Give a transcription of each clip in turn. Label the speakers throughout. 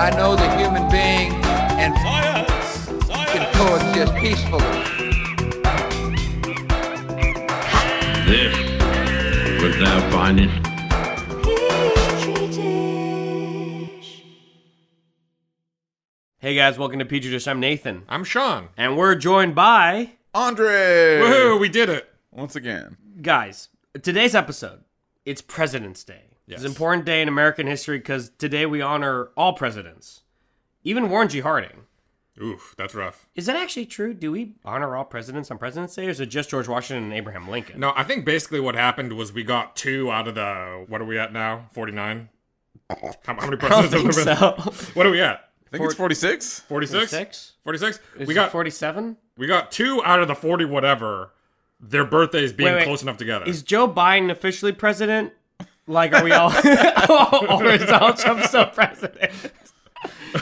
Speaker 1: I know the human being and
Speaker 2: Science!
Speaker 1: can
Speaker 2: Science!
Speaker 1: coexist peacefully.
Speaker 3: This was thou findest.
Speaker 4: Hey guys, welcome to Petri Dish. I'm Nathan,
Speaker 5: I'm Sean.
Speaker 4: and we're joined by
Speaker 6: Andre!
Speaker 5: Woohoo, we did it.
Speaker 6: Once again.
Speaker 4: guys. Today's episode, it's President's Day.
Speaker 5: Yes.
Speaker 4: It's an important day in American history because today we honor all presidents, even Warren G. Harding.
Speaker 5: Oof, that's rough.
Speaker 4: Is that actually true? Do we honor all presidents on President's Day, or is it just George Washington and Abraham Lincoln?
Speaker 5: No, I think basically what happened was we got two out of the what are we at now? Forty nine. How, how many
Speaker 4: I don't
Speaker 5: presidents?
Speaker 4: think
Speaker 5: have there been?
Speaker 4: so.
Speaker 5: What are we at?
Speaker 6: I think it's 46.
Speaker 5: Forty six.
Speaker 4: 46?
Speaker 5: Forty six.
Speaker 4: Is
Speaker 5: We
Speaker 4: it
Speaker 5: got
Speaker 4: 47.
Speaker 5: we got two out of the forty whatever. Their birthdays being
Speaker 4: Wait, wait.
Speaker 5: close enough together.
Speaker 4: Is Joe Biden officially president? Like, are we all, or is Donald Trump still president?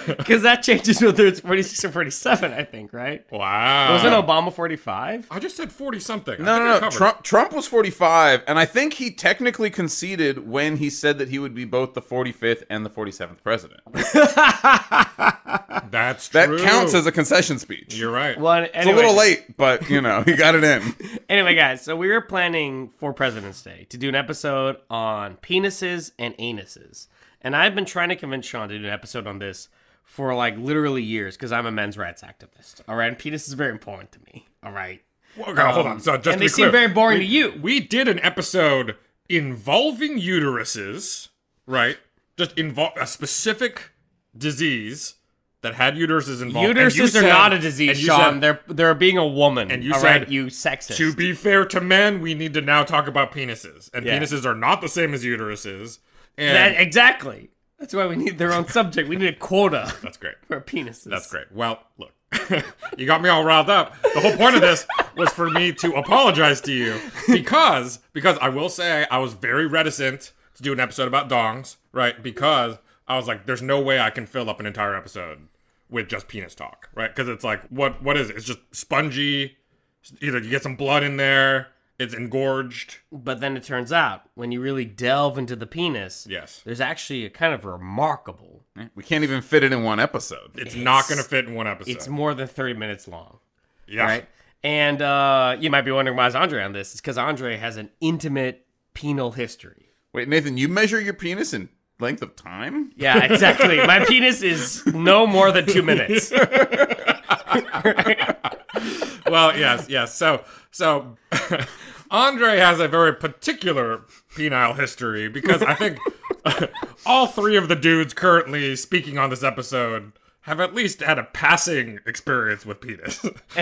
Speaker 4: Because that changes whether it's 46 or 47, I think, right?
Speaker 5: wow.
Speaker 4: Wasn't Obama 45?
Speaker 5: Uh, I just said forty something. I
Speaker 6: No,
Speaker 5: think I
Speaker 6: no, no.
Speaker 5: covered
Speaker 6: Trump, Trump was 45, and I think he technically conceded when he said that he would be both the 45th and the 47th president.
Speaker 5: it. That's
Speaker 6: That
Speaker 5: true.
Speaker 6: counts as a concession speech.
Speaker 5: You're right.
Speaker 4: Well,
Speaker 6: it's a little late, but, you know, he got it in.
Speaker 4: Anyway, guys, so we were planning for President's Day to do an episode on penises and anuses. And I've been trying to convince Sean to do an episode on this for like literally years because I'm a men's rights activist. All right. And penis is very important to me. All right.
Speaker 5: Well, okay, hold
Speaker 4: Um,
Speaker 5: on. So just
Speaker 4: and
Speaker 5: to
Speaker 4: they
Speaker 5: be
Speaker 4: seem
Speaker 5: clear,
Speaker 4: very boring
Speaker 5: we-
Speaker 4: to you.
Speaker 5: We did an episode involving uteruses, right? Just involve a specific disease that had uteruses involved. and you
Speaker 4: Uteruses are
Speaker 5: said-
Speaker 4: not a disease,
Speaker 5: and you
Speaker 4: Sean.
Speaker 5: said,
Speaker 4: they're they're being a woman.
Speaker 5: And you
Speaker 4: all right,
Speaker 5: said,
Speaker 4: you sexist.
Speaker 5: to be fair to men, we need to now talk about penises, and
Speaker 4: Yeah.
Speaker 5: penises are not the same as uteruses. And
Speaker 4: That- exactly. That's why we need their own subject. We need a quota
Speaker 5: that's great.
Speaker 4: for penises.
Speaker 5: That's great. Well, look, you got me all riled up. The whole point of this was for me to apologize to you because because I will say I was very reticent to do an episode about dongs, right? Because I was like, there's no way I can fill up an entire episode with just penis talk, right? Because it's like, what what is it? It's just spongy. Either you get some blood in there, it's engorged.
Speaker 4: But then it turns out when you really delve into the penis,
Speaker 5: Yes.
Speaker 4: there's actually a kind of remarkable.
Speaker 6: We can't even fit it in one episode.
Speaker 5: It's, not gonna fit in one episode.
Speaker 4: It's more than 30 minutes long,
Speaker 5: yeah.
Speaker 4: right? And uh, you might be wondering why is Andre on this? It's because Andre has an intimate penal history.
Speaker 6: Wait, Nathan, you measure your penis in length of time?
Speaker 4: Yeah, exactly. My penis is no more than two minutes.
Speaker 5: well, yes, yes. So, so Andre has a very particular penile history because I think all three of the dudes currently speaking on this episode have at least had a passing experience with penis.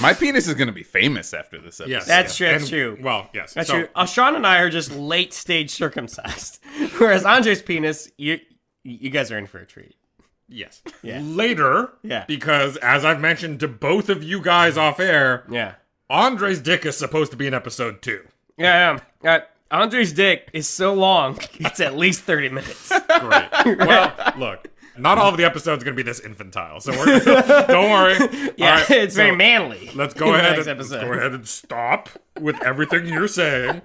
Speaker 6: My penis is going to be famous after this episode.
Speaker 5: yes,
Speaker 4: That's true, that's
Speaker 5: And-
Speaker 4: true.
Speaker 5: Well, yes,
Speaker 4: That's
Speaker 5: so-
Speaker 4: true. Uh, Sean and I are just late stage circumcised, whereas Andre's penis, you you guys are in for a treat.
Speaker 5: Yes,
Speaker 4: Yeah.
Speaker 5: later.
Speaker 4: Yeah.
Speaker 5: because as I've mentioned to both of you guys off air,
Speaker 4: Yeah.
Speaker 5: Andre's dick is supposed to be in episode two.
Speaker 4: Yeah, yeah. Uh, Andre's dick is so long, it's at least 30 minutes.
Speaker 5: Great. Well, look, not all of the episodes are going to be this infantile, so we're don't worry.
Speaker 4: Yeah,
Speaker 5: All right,
Speaker 4: it's
Speaker 5: so
Speaker 4: very manly.
Speaker 5: Let's
Speaker 4: in
Speaker 5: go
Speaker 4: the
Speaker 5: ahead.
Speaker 4: next
Speaker 5: And, let's
Speaker 4: episode.
Speaker 5: go ahead and stop with everything you're saying,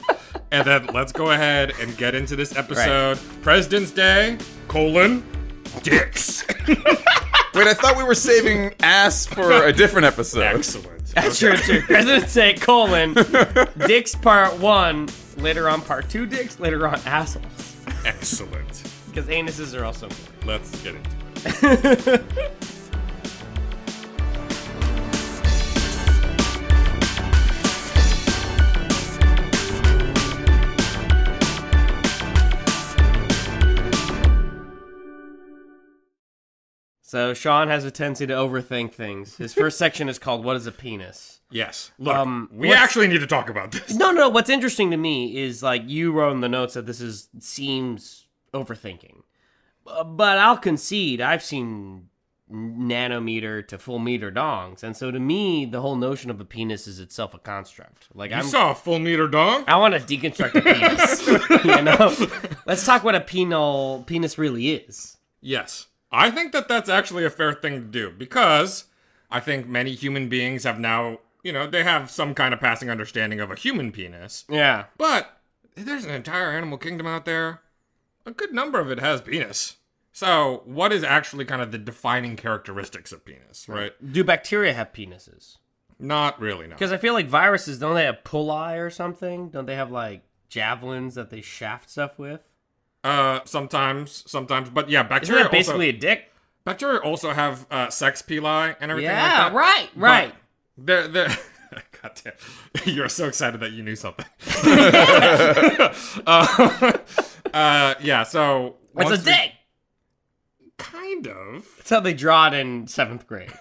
Speaker 5: and then let's go ahead and get into this episode. President's Day: colon dicks.
Speaker 6: Wait, I thought we were saving ass for a different episode.
Speaker 5: Excellent.
Speaker 4: That's true, too. President's Day, colon, dicks part one, later on part two dicks, later on assholes.
Speaker 5: Excellent.
Speaker 4: Because anuses are also important.
Speaker 5: Let's get into it.
Speaker 4: So Sean has a tendency to overthink things. His first section is called "What is a penis?"
Speaker 5: Yes. Look,
Speaker 4: Um,
Speaker 5: we
Speaker 4: let's-
Speaker 5: actually need to talk about this.
Speaker 4: No, no. What's interesting to me is like you wrote in the notes that this is seems overthinking. Uh, But I'll concede, I've seen nanometer to full meter dongs, and so to me, the whole notion of a penis is itself a construct. Like
Speaker 5: You
Speaker 4: I'm,
Speaker 5: saw a full meter dong?
Speaker 4: I want to deconstruct a penis. you know, let's talk what a penal penis really is.
Speaker 5: Yes. I think that that's actually a fair thing to do because I think many human beings have now, you know, they have some kind of passing understanding of a human penis.
Speaker 4: Yeah,
Speaker 5: But there's an entire animal kingdom out there. A good number of it has penis. So, what is actually kind of the defining characteristics of penis, right?
Speaker 4: do bacteria have penises?
Speaker 5: Not really, no.
Speaker 4: Because I feel like viruses don't they have pulli or something? Don't they have like javelins that they shaft stuff with?
Speaker 5: Uh, sometimes, sometimes, but yeah,
Speaker 4: Isn't
Speaker 5: bacteria
Speaker 4: that basically
Speaker 5: also,
Speaker 4: a dick?
Speaker 5: bacteria also have uh, sex pili and everything like
Speaker 4: Yeah,
Speaker 5: that.
Speaker 4: right, right.
Speaker 5: They're, they're, God damn. You're so excited that you knew something. uh, uh, yeah, so.
Speaker 4: It's a
Speaker 5: once we-
Speaker 4: dick.
Speaker 5: Kind of.
Speaker 4: That's how they draw it in seventh grade.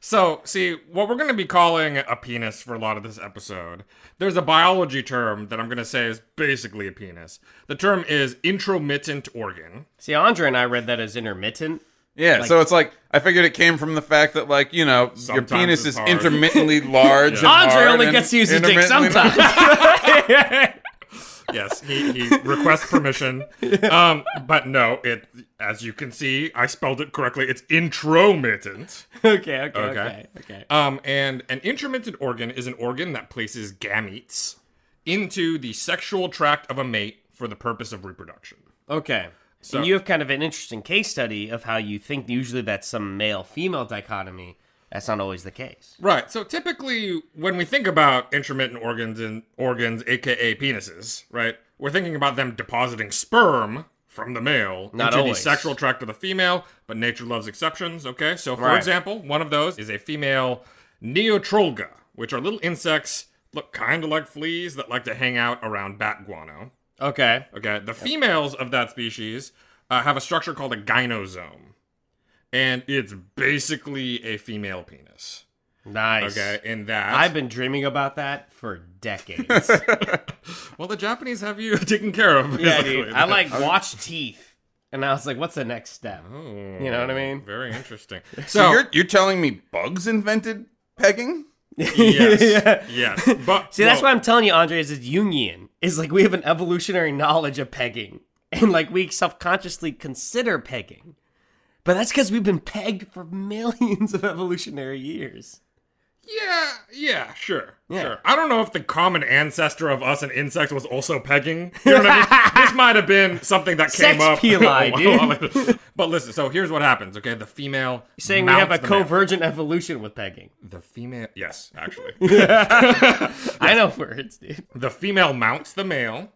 Speaker 5: So, see, what we're going to be calling a penis for a lot of this episode, there's a biology term that I'm going to say is basically a penis. The term is intromittent organ.
Speaker 4: See, Andre and I read that as intermittent.
Speaker 6: Yeah, so it's like I figured it came from the fact that like you know
Speaker 5: Sometimes
Speaker 6: your penis
Speaker 5: it's
Speaker 6: is
Speaker 5: hard.
Speaker 6: intermittently large. and
Speaker 4: Andre
Speaker 6: hard
Speaker 4: only
Speaker 6: and
Speaker 4: gets to use his dick
Speaker 6: intermittently-
Speaker 4: sometimes.
Speaker 5: Yes, he, he requests permission. Um, but no, it as you can see, I spelled it correctly. It's intromittent.
Speaker 4: okay, okay,
Speaker 5: Okay.
Speaker 4: okay, okay.
Speaker 5: Um, and an intromittent organ is an organ that places gametes into the sexual tract of a mate for the purpose of reproduction.
Speaker 4: Okay. So you have kind of an interesting case study of how you think usually that's some male female dichotomy. That's not always the case.
Speaker 5: Right. So typically, when we think about intermittent organs and organs, aka penises, right, we're thinking about them depositing sperm from the male
Speaker 4: Not
Speaker 5: into
Speaker 4: always.
Speaker 5: the sexual tract of the female. But nature loves exceptions. Okay. So, for
Speaker 4: Right.
Speaker 5: example, one of those is a female neotrolga, which are little insects, look kind of like fleas that like to hang out around bat guano.
Speaker 4: Okay.
Speaker 5: Okay, the females of that species uh, have a structure called a gynosome, and it's basically a female penis.
Speaker 4: Nice.
Speaker 5: Okay, in that
Speaker 4: I've been dreaming about that for decades.
Speaker 5: well, the Japanese have you taken care of.
Speaker 4: yeah,
Speaker 5: basically.
Speaker 4: dude. I like watched teeth. And I was like, what's the next step? You know what I mean?
Speaker 5: Very interesting.
Speaker 6: So
Speaker 5: So,
Speaker 6: you're you're telling me bugs invented pegging?
Speaker 5: yes, yes, but
Speaker 4: See, that's why
Speaker 5: well,
Speaker 4: I'm telling you, Andre, is it's Jungian. Is like we have an evolutionary knowledge of pegging. And like we self consciously consider pegging. But that's because we've been pegged for millions of evolutionary years.
Speaker 5: Yeah, yeah, sure,
Speaker 4: Yeah.
Speaker 5: sure. I don't know if the common ancestor of us and insects was also pegging. You know what I mean? This might have been something that came
Speaker 4: Sex
Speaker 5: up.
Speaker 4: peli,
Speaker 5: a while
Speaker 4: dude.
Speaker 5: later. But listen, so here's what happens. Okay, the female
Speaker 4: Saying we have a
Speaker 5: mounts the male.
Speaker 4: convergent evolution with pegging.
Speaker 5: The female, yes, actually,
Speaker 4: I know words, dude.
Speaker 5: the female mounts the male,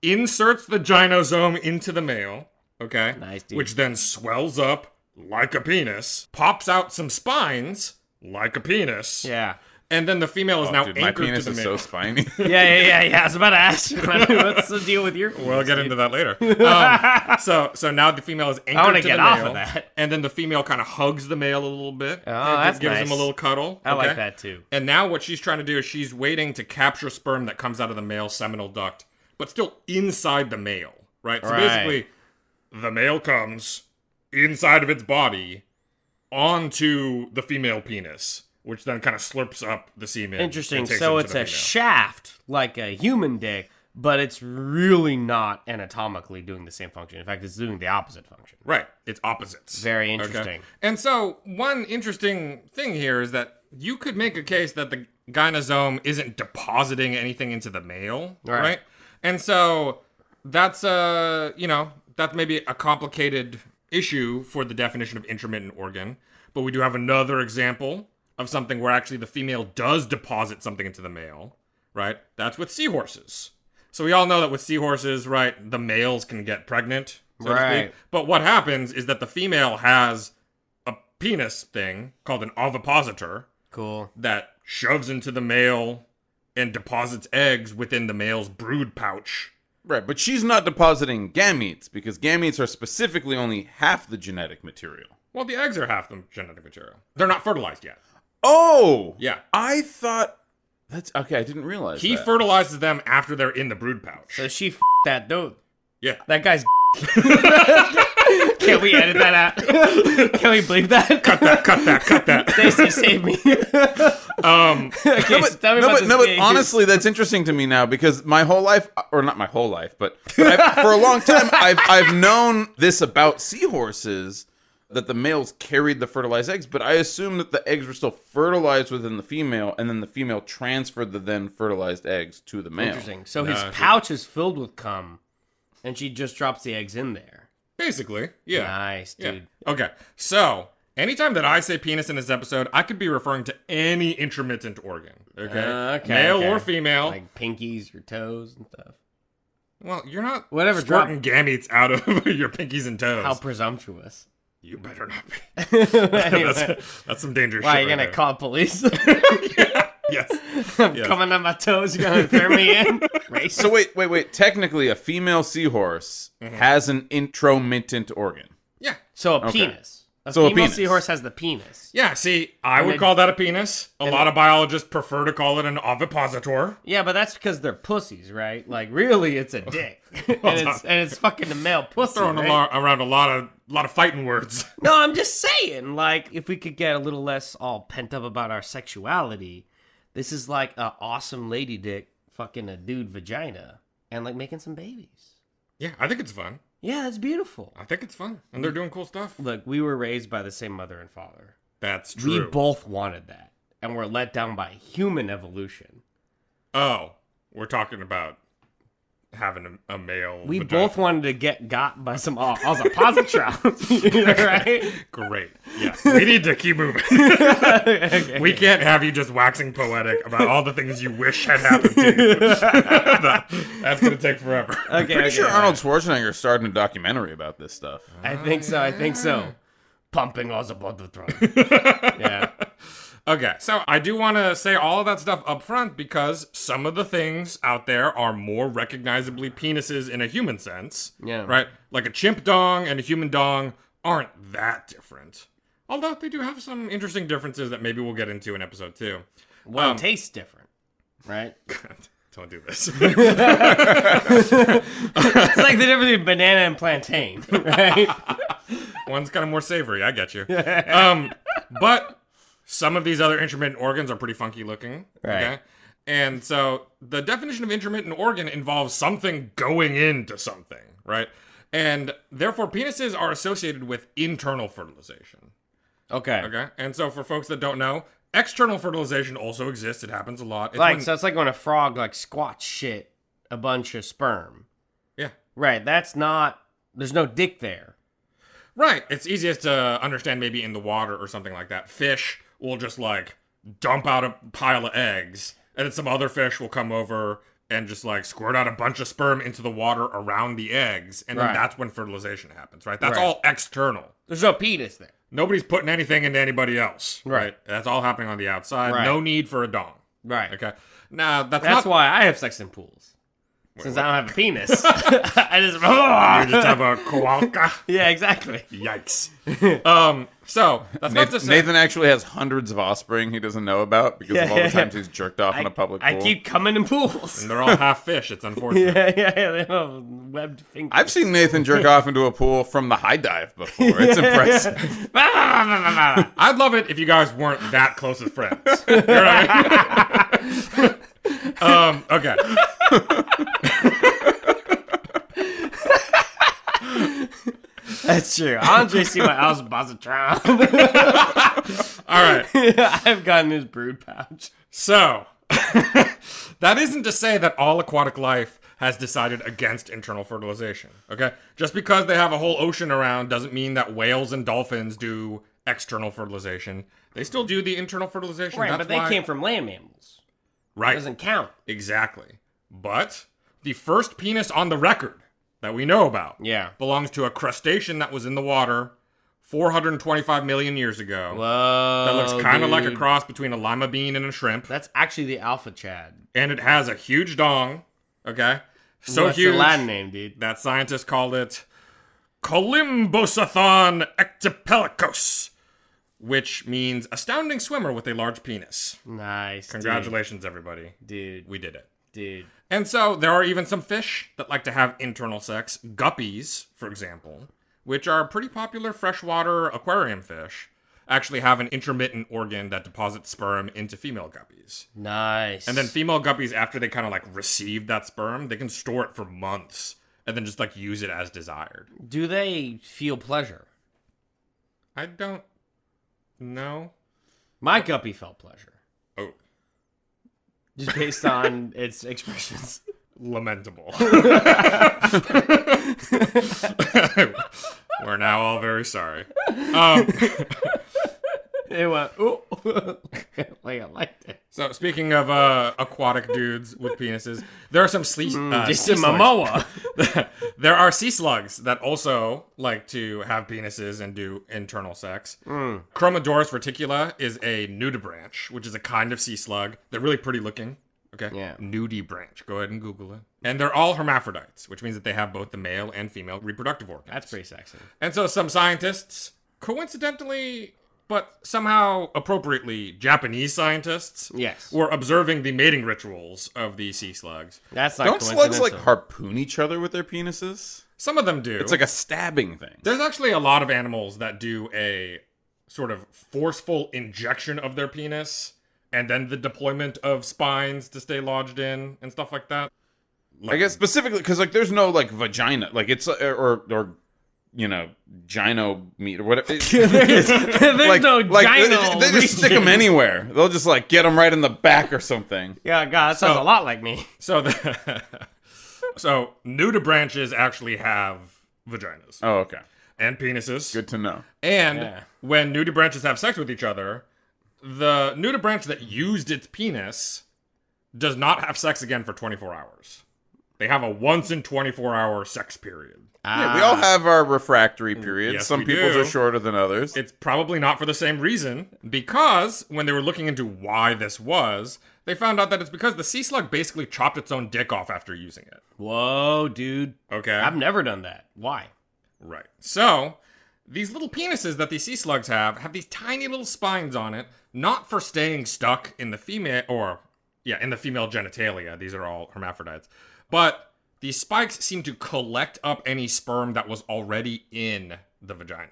Speaker 5: inserts the gynosome into the male, okay?
Speaker 4: Nice, dude.
Speaker 5: Which then swells up like a penis, pops out some spines like a penis.
Speaker 4: Yeah.
Speaker 5: And then the female is now
Speaker 6: Oh, Dude, my
Speaker 5: anchored
Speaker 6: penis
Speaker 5: to
Speaker 6: is
Speaker 5: the
Speaker 6: so
Speaker 5: male.
Speaker 6: spiny.
Speaker 4: Yeah, yeah, yeah, yeah. I was about to ask you, what's the deal with your penis,
Speaker 5: We'll get
Speaker 4: dude?
Speaker 5: into that later. Um, so, so now the female is anchored
Speaker 4: wanna
Speaker 5: to
Speaker 4: get
Speaker 5: the
Speaker 4: off
Speaker 5: male,
Speaker 4: of that.
Speaker 5: and then the female kind of hugs the male a little bit. Oh,
Speaker 4: that's
Speaker 5: gives
Speaker 4: nice.
Speaker 5: him a little cuddle.
Speaker 4: I like
Speaker 5: okay?
Speaker 4: that too.
Speaker 5: And now what she's trying to do is she's waiting to capture sperm that comes out of the male seminal duct, but still inside the male, right? So
Speaker 4: Right.
Speaker 5: basically, the male comes inside of its body onto the female penis, which then kind of slurps up the semen.
Speaker 4: Interesting.
Speaker 5: and takes
Speaker 4: So
Speaker 5: it to
Speaker 4: it's
Speaker 5: the
Speaker 4: a
Speaker 5: female.
Speaker 4: shaft, like a human dick, but it's really not anatomically doing the same function. In fact, it's doing the opposite function.
Speaker 5: Right. It's opposites.
Speaker 4: Very
Speaker 5: Okay?
Speaker 4: interesting.
Speaker 5: And so, one interesting thing here is that you could make a case that the gynosome isn't depositing anything into the male,
Speaker 4: Right.
Speaker 5: right? And so, that's a, you know, that's maybe a complicated issue for the definition of intermittent organ. But we do have another example of something where actually the female does deposit something into the male, right? That's with seahorses. So we all know that with seahorses, right, the males can get pregnant, so to
Speaker 4: Right.
Speaker 5: speak. But what happens is that the female has a penis thing called an ovipositor
Speaker 4: Cool.
Speaker 5: that shoves into the male and deposits eggs within the male's brood pouch.
Speaker 6: right, but she's not depositing gametes because gametes are specifically only half the genetic material.
Speaker 5: Well, the eggs are half the genetic material. They're not fertilized yet.
Speaker 6: Oh,
Speaker 5: Yeah.
Speaker 6: I thought that's okay. I didn't realize
Speaker 5: He
Speaker 6: that.
Speaker 5: fertilizes them after they're in the brood pouch.
Speaker 4: So she f- that dude.
Speaker 5: Yeah.
Speaker 4: That guy's. Can we edit that out? Can we bleep that? Cut that.
Speaker 5: cut that, cut that.
Speaker 4: Stacy, save me.
Speaker 5: Um,
Speaker 4: Okay,
Speaker 6: no,
Speaker 4: so
Speaker 6: but,
Speaker 4: tell me
Speaker 6: no,
Speaker 4: about
Speaker 6: but,
Speaker 4: this
Speaker 6: no, but
Speaker 4: game.
Speaker 6: honestly, that's interesting to me now because my whole life, or not my whole life, but, but I, for a long time, I've, I've known this about seahorses that the males carried the fertilized eggs, but I assumed that the eggs were still fertilized within the female, and then the female transferred the then fertilized eggs to the male.
Speaker 4: Interesting. So his pouch is filled with cum, and she just drops the eggs in there.
Speaker 5: basically, yeah.
Speaker 4: Nice,
Speaker 5: Yeah.
Speaker 4: dude.
Speaker 5: Okay. So, anytime that I say penis in this episode, I could be referring to any intermittent organ. Okay.
Speaker 4: Uh, okay,
Speaker 5: Male
Speaker 4: okay.
Speaker 5: or female.
Speaker 4: Like pinkies, your toes, and stuff.
Speaker 5: well, you're not
Speaker 4: Whatever
Speaker 5: squirting gametes out of your pinkies and toes.
Speaker 4: How presumptuous.
Speaker 5: you better not be.
Speaker 4: anyway,
Speaker 5: that's, that's some dangerous
Speaker 4: why are
Speaker 5: shit.
Speaker 4: you gonna
Speaker 5: right
Speaker 4: call police?
Speaker 5: there. Yes.
Speaker 4: I'm
Speaker 5: Yes.
Speaker 4: coming on my toes. You're gonna throw me in. Racist.
Speaker 6: So wait, wait, wait. Technically, a female seahorse has an intromittent organ.
Speaker 5: Yeah.
Speaker 4: So a
Speaker 6: Okay.
Speaker 4: penis. A
Speaker 6: So a
Speaker 4: female
Speaker 6: penis.
Speaker 4: seahorse has the penis.
Speaker 5: Yeah, see, I
Speaker 4: And
Speaker 5: would
Speaker 4: they-
Speaker 5: call that a penis. A
Speaker 4: and
Speaker 5: lot
Speaker 4: they-
Speaker 5: of biologists prefer to call it an ovipositor.
Speaker 4: Yeah, but that's because they're pussies, right? Like, really, it's a dick, and it's and it's fucking a male pussy.
Speaker 5: Throwing
Speaker 4: right?
Speaker 5: a lot, around a lot of lot of fighting words.
Speaker 4: No, I'm just saying, like, if we could get a little less all pent up about our sexuality, this is like a awesome lady dick fucking a dude vagina and like making some babies.
Speaker 5: Yeah, I think it's fun.
Speaker 4: Yeah, that's beautiful.
Speaker 5: I think it's fun. And they're doing cool stuff.
Speaker 4: Look, we were raised by the same mother and father.
Speaker 5: That's
Speaker 4: We
Speaker 5: true.
Speaker 4: both wanted that, and we're let down by human evolution.
Speaker 5: oh, we're talking about having a, a male.
Speaker 4: We
Speaker 5: vagina.
Speaker 4: both wanted to get got by some o- ovipositrons, You know, right?
Speaker 5: Great. Yeah. We need to keep moving. We can't have you just waxing poetic about all the things you wish had happened to you. That- That's going to take forever.
Speaker 4: Okay,
Speaker 6: Pretty
Speaker 4: okay,
Speaker 6: sure
Speaker 4: all right.
Speaker 6: Arnold Schwarzenegger starred in a documentary about this stuff.
Speaker 4: I think so. I think so. Pumping us about the throne. yeah.
Speaker 5: Okay, so I do want to say all of that stuff up front because some of the things out there are more recognizably penises in a human sense.
Speaker 4: Yeah.
Speaker 5: Right? Like a chimp dong and a human dong aren't that different. Although they do have some interesting differences that maybe we'll get into in episode two.
Speaker 4: Well,
Speaker 5: Um,
Speaker 4: it tastes different, right?
Speaker 5: Don't do this.
Speaker 4: It's like the difference between banana and plantain, right?
Speaker 5: One's kind of more savory. I get you. Um, but some of these other intermittent organs are pretty funky looking.
Speaker 4: Right.
Speaker 5: And so the definition of intermittent organ involves something going into something, right? And therefore, penises are associated with internal fertilization.
Speaker 4: okay.
Speaker 5: Okay. And so, for folks that don't know, external fertilization also exists. It happens a lot. It's
Speaker 4: Like
Speaker 5: when-
Speaker 4: so, it's like when a frog like squats shit a bunch of sperm,
Speaker 5: yeah.
Speaker 4: right? That's not. There's no dick there.
Speaker 5: Right. It's easiest to understand maybe in the water or something like that. Fish will just like dump out a pile of eggs, and then some other fish will come over and just like squirt out a bunch of sperm into the water around the eggs, and
Speaker 4: Right.
Speaker 5: then that's when fertilization happens, right? That's
Speaker 4: Right.
Speaker 5: all external.
Speaker 4: There's no penis there.
Speaker 5: Nobody's putting anything into anybody else.
Speaker 4: Right.
Speaker 5: That's all happening on the outside.
Speaker 4: Right.
Speaker 5: No need for a dong.
Speaker 4: Right.
Speaker 5: Okay. Now that's,
Speaker 4: That's
Speaker 5: not
Speaker 4: why I have sex in pools. Since I don't have a penis, I just.
Speaker 5: you just have a kowalka.
Speaker 4: yeah, exactly.
Speaker 5: Yikes. Um, so that's not to
Speaker 6: Nathan,
Speaker 5: say
Speaker 6: Nathan actually has hundreds of offspring he doesn't know about because of all
Speaker 4: Yeah.
Speaker 6: the times he's jerked off
Speaker 4: I,
Speaker 6: in a public
Speaker 4: I
Speaker 6: pool.
Speaker 4: keep coming in pools.
Speaker 5: and they're all half fish, it's unfortunate.
Speaker 4: yeah, yeah, yeah. They have webbed fingers.
Speaker 6: I've seen Nathan jerk off into a pool from the high dive before. It's impressive.
Speaker 5: I'd love it if you guys weren't that close as friends. You know what I mean? um, okay.
Speaker 4: That's true. Andre see my house Bazatron.
Speaker 5: All right.
Speaker 4: I've gotten his brood pouch.
Speaker 5: So, that isn't to say that all aquatic life has decided against internal fertilization. Okay? Just because they have a whole ocean around doesn't mean that whales and dolphins do external fertilization. They still do the internal fertilization.
Speaker 4: Right,
Speaker 5: That's
Speaker 4: but they
Speaker 5: why-
Speaker 4: came from land mammals.
Speaker 5: Right.
Speaker 4: Doesn't count.
Speaker 5: Exactly. But the first penis on the record that we know about
Speaker 4: Yeah.
Speaker 5: belongs to a crustacean that was in the water 425 million years ago.
Speaker 4: Whoa.
Speaker 5: That looks kind of like a
Speaker 4: dude.
Speaker 5: cross between a lima bean and a shrimp.
Speaker 4: That's actually the alpha Chad.
Speaker 5: And it has a huge dong. Okay. So
Speaker 4: That's
Speaker 5: huge
Speaker 4: the Latin name, dude.
Speaker 5: that scientists called it Colymbosathon ectopelicos, which means astounding swimmer with a large penis.
Speaker 4: Nice.
Speaker 5: Congratulations, everybody.
Speaker 4: Dude.
Speaker 5: We did it.
Speaker 4: Dude. dude.
Speaker 5: And so there are even some fish that like to have internal sex. Guppies, for example, which are pretty popular freshwater aquarium fish, actually have an intermittent organ that deposits sperm into female guppies.
Speaker 4: Nice.
Speaker 5: And then female guppies, after they kind of like receive that sperm, they can store it for months and then just like use it as desired.
Speaker 4: do they feel pleasure?
Speaker 5: I don't know.
Speaker 4: My guppy felt pleasure
Speaker 5: Oh,
Speaker 4: just based on its expressions.
Speaker 5: lamentable. We're now all very sorry. Um,
Speaker 4: It went ooh, like I liked it.
Speaker 5: so speaking of uh, aquatic dudes with penises, there are some sleep. uh, sea
Speaker 4: Jason
Speaker 5: slugs.
Speaker 4: Momoa.
Speaker 5: there are sea slugs that also like to have penises and do internal sex. Chromadorus reticula is a nudibranch, which is a kind of sea slug. They're really pretty looking. Okay.
Speaker 4: Yeah.
Speaker 5: Nudibranch. Go ahead and Google it. And they're all hermaphrodites, which means that they have both the male and female reproductive organs.
Speaker 4: That's pretty sexy.
Speaker 5: And so some scientists, coincidentally, but somehow appropriately, Japanese scientists,
Speaker 4: Yes.
Speaker 5: were observing the mating rituals of the sea slugs.
Speaker 4: That's not
Speaker 6: Don't slugs like
Speaker 4: coincidental.
Speaker 6: harpoon each other with their penises?
Speaker 5: Some of them do.
Speaker 6: It's like a stabbing thing.
Speaker 5: There's actually a lot of animals that do a sort of forceful injection of their penis and then the deployment of spines to stay lodged in and stuff like that.
Speaker 6: I guess specifically because like there's no like vagina, like it's uh, or or you know gyno meat or whatever. There's
Speaker 4: There's no gyno
Speaker 6: They, they just stick them
Speaker 4: region.
Speaker 6: anywhere. They'll just like get them right in the back or something.
Speaker 4: Yeah, God, that sounds
Speaker 5: So-
Speaker 4: a lot like me.
Speaker 5: So the So nudibranches actually have vaginas
Speaker 6: Oh, okay.
Speaker 5: and penises.
Speaker 6: Good to know.
Speaker 5: And
Speaker 4: Yeah.
Speaker 5: when nudibranches have sex with each other, the nudibranch that used its penis does not have sex again for 24 hours. They have a once in 24 hour sex period.
Speaker 6: Yeah, we all have our refractory periods.
Speaker 5: Um, Mm, yes,
Speaker 6: Some
Speaker 5: we
Speaker 6: people's
Speaker 5: do.
Speaker 6: are shorter than others.
Speaker 5: It's probably not for the same reason, because when they were looking into why this was, they found out that it's because the sea slug basically chopped its own dick off after using it.
Speaker 4: Whoa, dude.
Speaker 5: Okay.
Speaker 4: I've never done that. Why?
Speaker 5: Right. So, these little penises that these sea slugs have have these tiny little spines on it, not for staying stuck in the female or yeah, in the female genitalia. These are all hermaphrodites. But these spikes seem to collect up any sperm that was already in the vagina.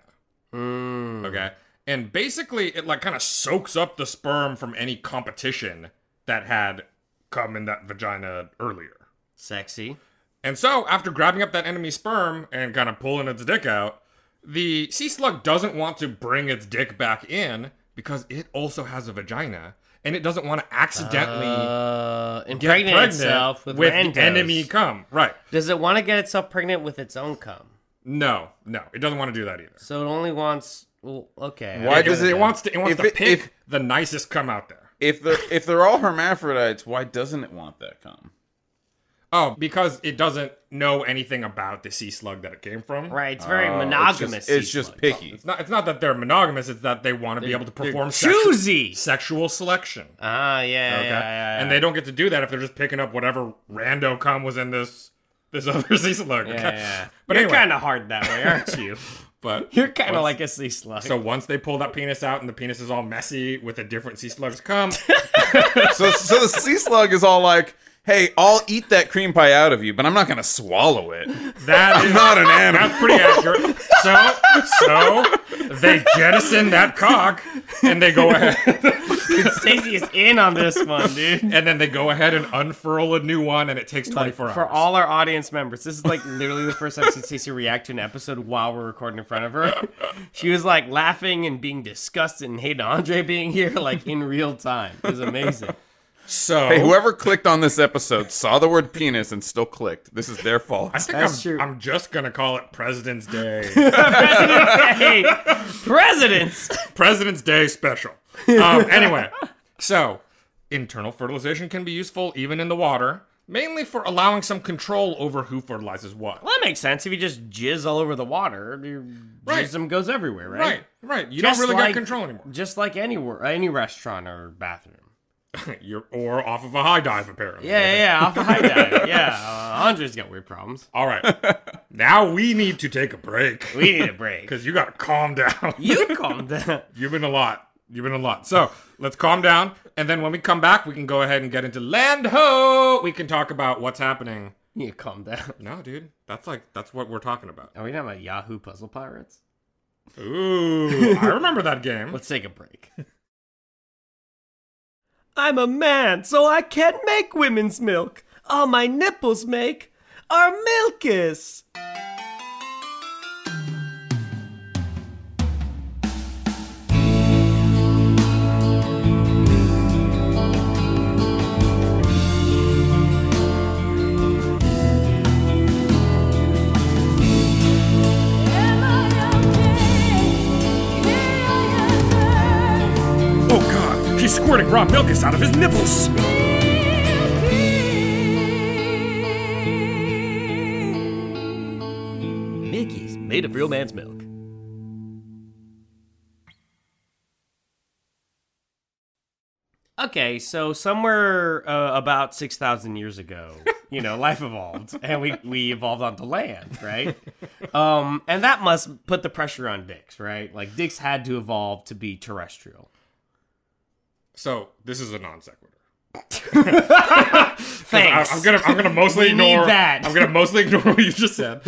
Speaker 5: Okay. And basically it like kind of soaks up the sperm from any competition that had come in that vagina earlier.
Speaker 4: Sexy.
Speaker 5: And so, after grabbing up that enemy sperm and kind of pulling its dick out, the sea slug doesn't want to bring its dick back in because it also has a vagina and it doesn't want to accidentally
Speaker 4: Uh,
Speaker 5: get
Speaker 4: impregnate
Speaker 5: pregnant
Speaker 4: itself
Speaker 5: with,
Speaker 4: with,
Speaker 5: the
Speaker 4: Randos.
Speaker 5: enemy cum. Right.
Speaker 4: Does it want to get itself pregnant with its own cum?
Speaker 5: No, no, it doesn't want to do that either.
Speaker 4: So it only wants. Well, okay.
Speaker 6: Why
Speaker 4: I
Speaker 5: It,
Speaker 6: does
Speaker 4: get
Speaker 5: it wants to it wants
Speaker 6: if
Speaker 5: to
Speaker 6: it-
Speaker 5: pick
Speaker 6: if-
Speaker 5: the nicest cum out there.
Speaker 6: if they're if they're all hermaphrodites, why doesn't it want that cum?
Speaker 5: Oh, because it doesn't know anything about the sea slug that it came from.
Speaker 4: Right, it's very
Speaker 6: Oh,
Speaker 4: monogamous.
Speaker 6: It's just, it's
Speaker 4: sea
Speaker 6: just
Speaker 4: slug.
Speaker 6: picky.
Speaker 5: It's not it's not that they're monogamous, it's that they want to be able to
Speaker 4: They're
Speaker 5: perform sexu-
Speaker 4: choosy.
Speaker 5: sexual selection.
Speaker 4: Ah, yeah,
Speaker 5: Okay.
Speaker 4: yeah, yeah,
Speaker 5: And they don't get to do that if they're just picking up whatever rando cum was in this this other sea slug.
Speaker 4: yeah,
Speaker 5: okay?
Speaker 4: yeah, yeah.
Speaker 5: But
Speaker 4: But you're
Speaker 5: anyway.
Speaker 4: kind of hard that way, aren't you?
Speaker 5: But
Speaker 4: You're kind of
Speaker 5: What's-
Speaker 4: like a sea slug.
Speaker 5: so once they pull that penis out and the penis is all messy with a different sea slug's cum,
Speaker 6: so so the sea slug is all like, "Hey, I'll eat that cream pie out of you, but I'm not gonna swallow it."
Speaker 5: that is
Speaker 6: Not an animal.
Speaker 5: that's pretty accurate. So so they jettison that cock and they go ahead
Speaker 4: Stacey is in on this one, dude.
Speaker 5: and then they go ahead and unfurl a new one and it takes twenty
Speaker 4: Like,
Speaker 5: four hours.
Speaker 4: for all our audience members, this is like literally the first time I've seen Stacey react to an episode while we're recording in front of her. She was like laughing and being disgusted and hated Andre being here, like in real time. It was amazing.
Speaker 5: so
Speaker 6: Hey, whoever clicked on this episode saw the word penis and still clicked. This is their fault.
Speaker 5: I think
Speaker 4: That's
Speaker 5: I'm,
Speaker 4: true.
Speaker 5: I'm just gonna call it President's Day.
Speaker 4: hey, presidents!
Speaker 5: President's Day special. Um, anyway, so internal fertilization can be useful even in the water, mainly for allowing some control over who fertilizes what.
Speaker 4: Well, that makes sense. If you just jizz all over the water, your
Speaker 5: Right.
Speaker 4: jism goes everywhere, right?
Speaker 5: Right, right. You
Speaker 4: Just
Speaker 5: don't really
Speaker 4: like-
Speaker 5: got control anymore.
Speaker 4: Just like anywhere, any restaurant or bathroom.
Speaker 5: You're or off of a high dive apparently.
Speaker 4: Yeah, yeah, yeah. Off a high dive. Yeah, uh, Andre's got weird problems.
Speaker 5: All right. now we need to take a break
Speaker 4: We need a break.
Speaker 5: because you got to calm down.
Speaker 4: you calm down.
Speaker 5: You've been a lot. You've been a lot. So let's calm down, and then when we come back, we can go ahead and get into land ho. We can talk about what's happening
Speaker 4: Yeah, calm down.
Speaker 5: No, dude. That's like that's what we're talking about.
Speaker 4: Are we talking about Yahoo Puzzle Pirates?
Speaker 5: Ooh, I remember that game.
Speaker 4: Let's take a break. I'm a man, so I can't make women's milk. All my nipples make are milkis.
Speaker 5: Oh god, he's squirting raw milkus out of his nipples.
Speaker 4: Milkies made of real man's milk. Okay, so somewhere uh, about 6,000 years ago, you know, life evolved and we, we evolved onto land, right? Um, and that must put the pressure on dicks, right? Like, dicks had to evolve to be terrestrial.
Speaker 5: So this is a non sequitur. I-
Speaker 4: Thanks.
Speaker 5: I'm gonna I'm gonna mostly
Speaker 4: We need
Speaker 5: ignore
Speaker 4: that.
Speaker 5: I'm gonna mostly ignore what you just said,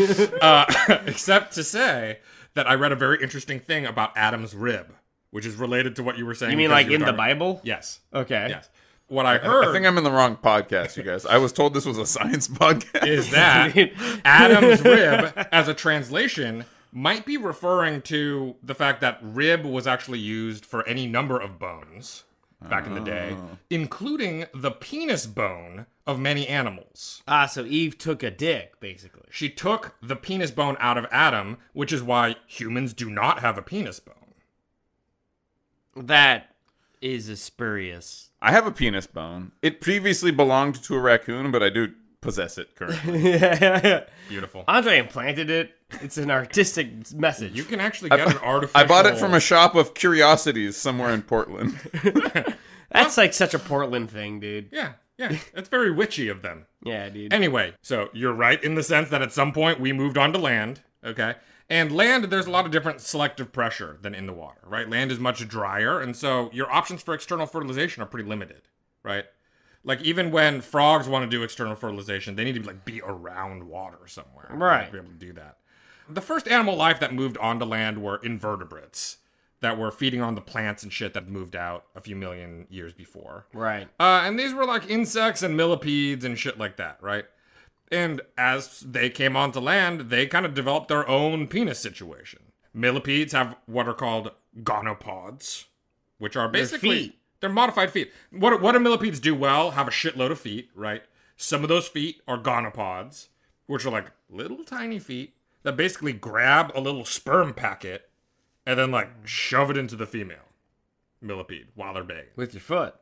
Speaker 5: uh, except to say that I read a very interesting thing about Adam's rib, which is related to what you were saying.
Speaker 4: You mean
Speaker 5: because
Speaker 4: like
Speaker 5: were
Speaker 4: in the
Speaker 5: talking-
Speaker 4: Bible?
Speaker 5: Yes.
Speaker 4: Okay.
Speaker 5: Yes. What I
Speaker 6: I
Speaker 5: heard
Speaker 6: think I'm in the wrong podcast, you guys. I was told this was a science podcast.
Speaker 5: is that Adam's rib, as a translation, might be referring to the fact that rib was actually used for any number of bones back in the day,
Speaker 6: Ah.
Speaker 5: including the penis bone of many animals.
Speaker 4: Ah, so Eve took a dick, basically.
Speaker 5: She took the penis bone out of Adam, which is why humans do not have a penis bone.
Speaker 4: That is a spurious.
Speaker 6: I have a penis bone. It previously belonged to a raccoon, but I do possess it currently.
Speaker 5: Beautiful.
Speaker 4: Andre implanted it. It's an artistic message.
Speaker 5: You can actually get an artificial.
Speaker 6: I bought it from a shop of curiosities somewhere in Portland.
Speaker 4: That's like such a Portland thing, dude.
Speaker 5: Yeah, yeah. That's very witchy of them.
Speaker 4: Yeah, dude.
Speaker 5: Anyway, so you're right in the sense that at some point we moved on to land, okay? And land, there's a lot of different selective pressure than in the water, right? Land is much drier, and so your options for external fertilization are pretty limited, right? Like even when frogs want to do external fertilization, they need to like be around water somewhere,
Speaker 4: Right.
Speaker 5: To be able to do that. The first animal life that moved onto land were invertebrates that were feeding on the plants and shit that moved out a few million years before.
Speaker 4: right.
Speaker 5: Uh, and these were like insects and millipedes and shit like that, right? And as they came onto land, they kind of developed their own penis situation. Millipedes have what are called gonopods, which are basically
Speaker 4: feet.
Speaker 5: they're modified feet. What what do millipedes do well? Have a shitload of feet, right? Some of those feet are gonopods, which are like little tiny feet that basically grab a little sperm packet and then like shove it into the female millipede while they're bathing.
Speaker 4: With your foot.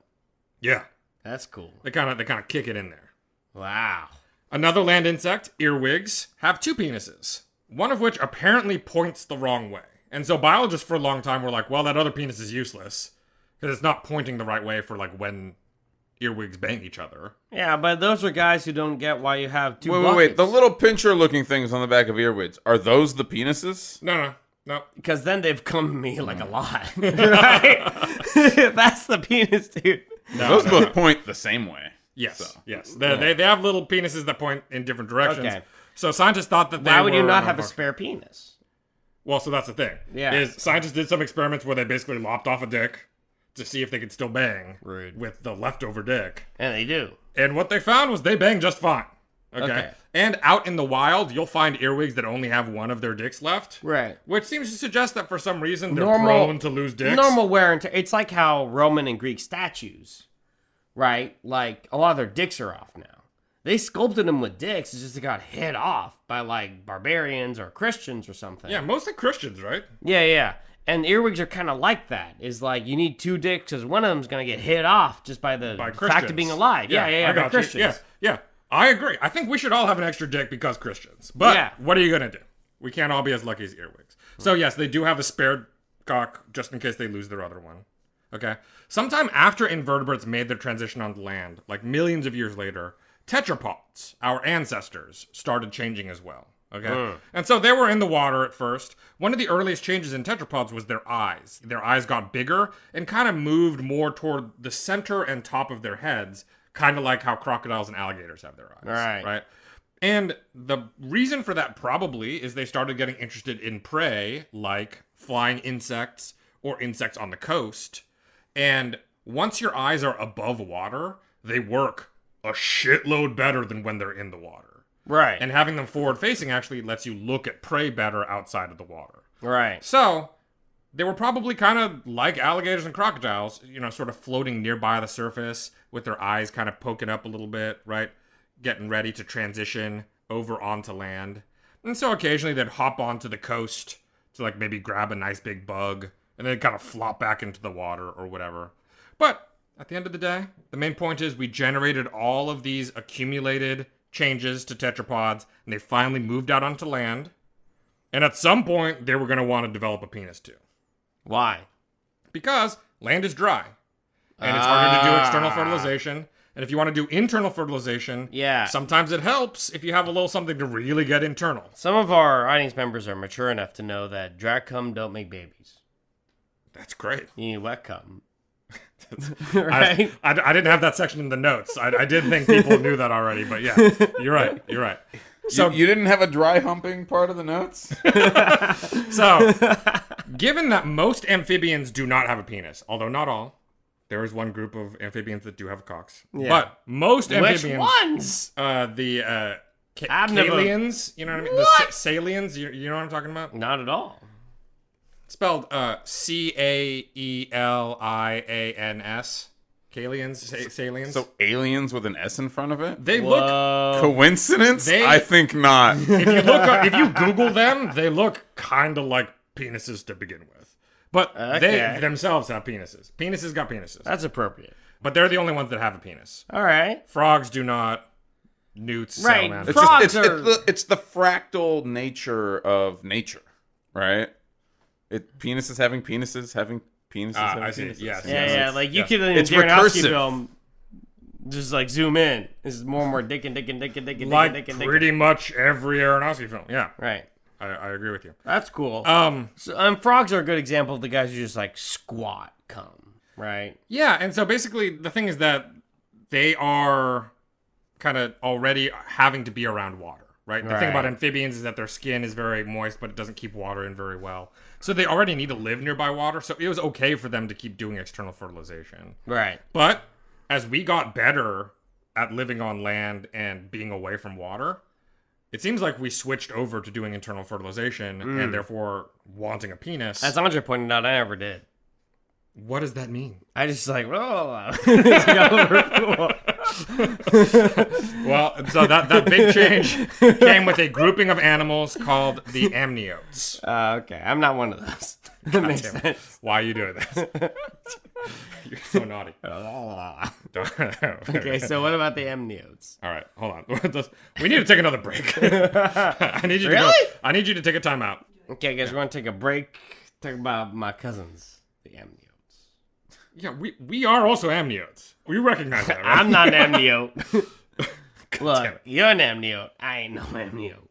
Speaker 5: Yeah.
Speaker 4: That's cool.
Speaker 5: They kind of they kind of kick it in there.
Speaker 4: Wow.
Speaker 5: Another land insect, earwigs, have two penises, one of which apparently points the wrong way. And so biologists for a long time were like, well, that other penis is useless because it's not pointing the right way for like when earwigs bang each other.
Speaker 4: Yeah, but those are guys who don't get why you have two.
Speaker 6: wait, wait, wait. The
Speaker 4: buckets.
Speaker 6: little pincher looking things on the back of earwigs, are those the penises?
Speaker 5: No, no, no.
Speaker 4: Because then they've come to me
Speaker 5: Mm.
Speaker 4: like a lot. right? That's the penis, dude.
Speaker 5: no,
Speaker 6: those
Speaker 5: no,
Speaker 6: both
Speaker 5: no.
Speaker 6: point the same way.
Speaker 5: Yes, yes. They, they, they have little penises that point in different directions.
Speaker 4: Okay.
Speaker 5: So scientists thought that they
Speaker 4: Why would you
Speaker 5: were uh,
Speaker 4: not have a
Speaker 5: non-functional.
Speaker 4: spare penis?
Speaker 5: Well, so that's the thing.
Speaker 4: Yeah.
Speaker 5: Is scientists did some experiments where they basically lopped off a dick to see if they could still bang
Speaker 4: Rude.
Speaker 5: with the leftover dick.
Speaker 4: And they do.
Speaker 5: And what they found was they bang just fine. Okay?
Speaker 4: Okay.
Speaker 5: And out in the wild, you'll find earwigs that only have one of their dicks left.
Speaker 4: Right.
Speaker 5: Which seems to suggest that for some reason they're
Speaker 4: normal
Speaker 5: prone to lose dicks.
Speaker 4: Normal wear and tear. It's like how Roman and Greek statues, right? Like a lot of their dicks are off now. They sculpted them with dicks. It's just they got hit off by like barbarians or Christians or something.
Speaker 5: Yeah, mostly Christians, right?
Speaker 4: yeah, yeah. And earwigs are kind of like that. Is like you need two dicks because one of them's gonna get hit off just by the
Speaker 5: By Christians.
Speaker 4: fact of being alive. Yeah, yeah, yeah.
Speaker 5: I
Speaker 4: by
Speaker 5: got you.
Speaker 4: Christians.
Speaker 5: Yeah, yeah. I agree. I think we should all have an extra dick because Christians. But
Speaker 4: Yeah.
Speaker 5: what are you gonna do? We can't all be as lucky as earwigs. So yes, they do have a spare cock just in case they lose their other one. Okay. Sometime after invertebrates made their transition on land, like millions of years later, tetrapods, our ancestors, started changing as well. Okay. And so they were in the water at first. One of the earliest changes in tetrapods was their eyes. Their eyes got bigger and kind of moved more toward the center and top of their heads, kind of like how crocodiles and alligators have their eyes.
Speaker 4: Right.
Speaker 5: Right. And the reason for that probably is they started getting interested in prey, like flying insects or insects on the coast. And once your eyes are above water, they work a shitload better than when they're in the water.
Speaker 4: Right.
Speaker 5: And having them forward facing actually lets you look at prey better outside of the water.
Speaker 4: right.
Speaker 5: So they were probably kind of like alligators and crocodiles, you know, sort of floating nearby the surface with their eyes kind of poking up a little bit, right? Getting ready to transition over onto land. And so occasionally they'd hop onto the coast to like maybe grab a nice big bug and then kind of flop back into the water or whatever. But at the end of the day, the main point is we generated all of these accumulated changes to tetrapods and they finally moved out onto land. And at some point, they were going to want to develop a penis too.
Speaker 4: Why?
Speaker 5: Because land is dry. And it's harder to do external
Speaker 4: Ah.
Speaker 5: fertilization. And if you want to do internal fertilization,
Speaker 4: Yeah.
Speaker 5: sometimes it helps if you have a little something to really get internal.
Speaker 4: Some of our audience members are mature enough to know that dry cum don't make babies.
Speaker 5: That's great.
Speaker 4: You need wet cum.
Speaker 5: I,
Speaker 4: right?
Speaker 5: I, I didn't have that section in the notes. I, I did think people knew that already, but yeah, you're right. You're right.
Speaker 6: So you, didn't have a dry humping part of the notes?
Speaker 5: So, given that most amphibians do not have a penis, although not all, there is one group of amphibians that do have cocks. But most
Speaker 4: Which
Speaker 5: amphibians.
Speaker 4: ones?
Speaker 5: uh, the uh, ca-
Speaker 4: I've never-
Speaker 5: Calians, you know what I mean? The sa- Salians, you, you know what I'm talking about?
Speaker 4: Not at all.
Speaker 5: Spelled uh, C A E L I A N S. Calians, sa- Salians.
Speaker 6: so aliens with an S in front of it?
Speaker 5: they look.
Speaker 6: uh,
Speaker 4: Whoa.
Speaker 6: Coincidence?
Speaker 5: They-
Speaker 6: I think not.
Speaker 5: If you look, up, if you Google them, they look kind of like penises to begin with. But
Speaker 4: Okay.
Speaker 5: they themselves have penises. Penises got penises.
Speaker 4: That's appropriate.
Speaker 5: but they're the only ones that have a penis.
Speaker 4: All right.
Speaker 5: Frogs do not. Newts,
Speaker 4: Right.
Speaker 5: salamanders.
Speaker 6: It's, just, it's,
Speaker 4: Frogs
Speaker 6: it's, the, it's the fractal nature of nature, right? It penises having penises having penises.
Speaker 5: Ah,
Speaker 6: having
Speaker 5: I see.
Speaker 6: penises.
Speaker 5: Yes,
Speaker 4: Yeah, yeah. Like you could in a
Speaker 6: It's
Speaker 4: Darren
Speaker 6: recursive.
Speaker 4: film just like zoom in. This is more and more dick and dick and dick and dick and dick and
Speaker 5: like
Speaker 4: dick and dick.
Speaker 5: pretty much every Aronofsky film. Yeah,
Speaker 4: Right.
Speaker 5: I, I agree with you.
Speaker 4: That's cool.
Speaker 5: Um,
Speaker 4: so, um, frogs are a good example of the guys who just like squat cum. Right.
Speaker 5: Yeah, and so basically the thing is that they are kind of already having to be around water, right? The
Speaker 4: Right.
Speaker 5: thing about amphibians is that their skin is very moist, but it doesn't keep water in very well. So they already need to live nearby water, so it was okay for them to keep doing external fertilization.
Speaker 4: Right.
Speaker 5: But as we got better at living on land and being away from water, it seems like we switched over to doing internal fertilization and therefore wanting a penis.
Speaker 4: Mm. As Andre pointed out, I never did.
Speaker 5: what does that mean?
Speaker 4: I just like, whoa. It's got over-
Speaker 5: Well, and so that, that big change came with a grouping of animals called the amniotes.
Speaker 4: uh, okay, I'm not one of those. that makes
Speaker 5: Damn it.
Speaker 4: sense.
Speaker 5: Why are you doing this? You're so naughty. Don't-
Speaker 4: Oh. okay, so what about the amniotes?
Speaker 5: All right, hold on. Let's- we need to take another break. I need you to
Speaker 4: Really?
Speaker 5: go. I need you to take a timeout.
Speaker 4: Okay, guys, we're gonna take a break. Talk about my cousins, the amniotes.
Speaker 5: Yeah, we, we are also amniotes. We recognize that, right?
Speaker 4: I'm not an amniote.
Speaker 5: damn it.
Speaker 4: Look, you're an amniote. I ain't no amniote.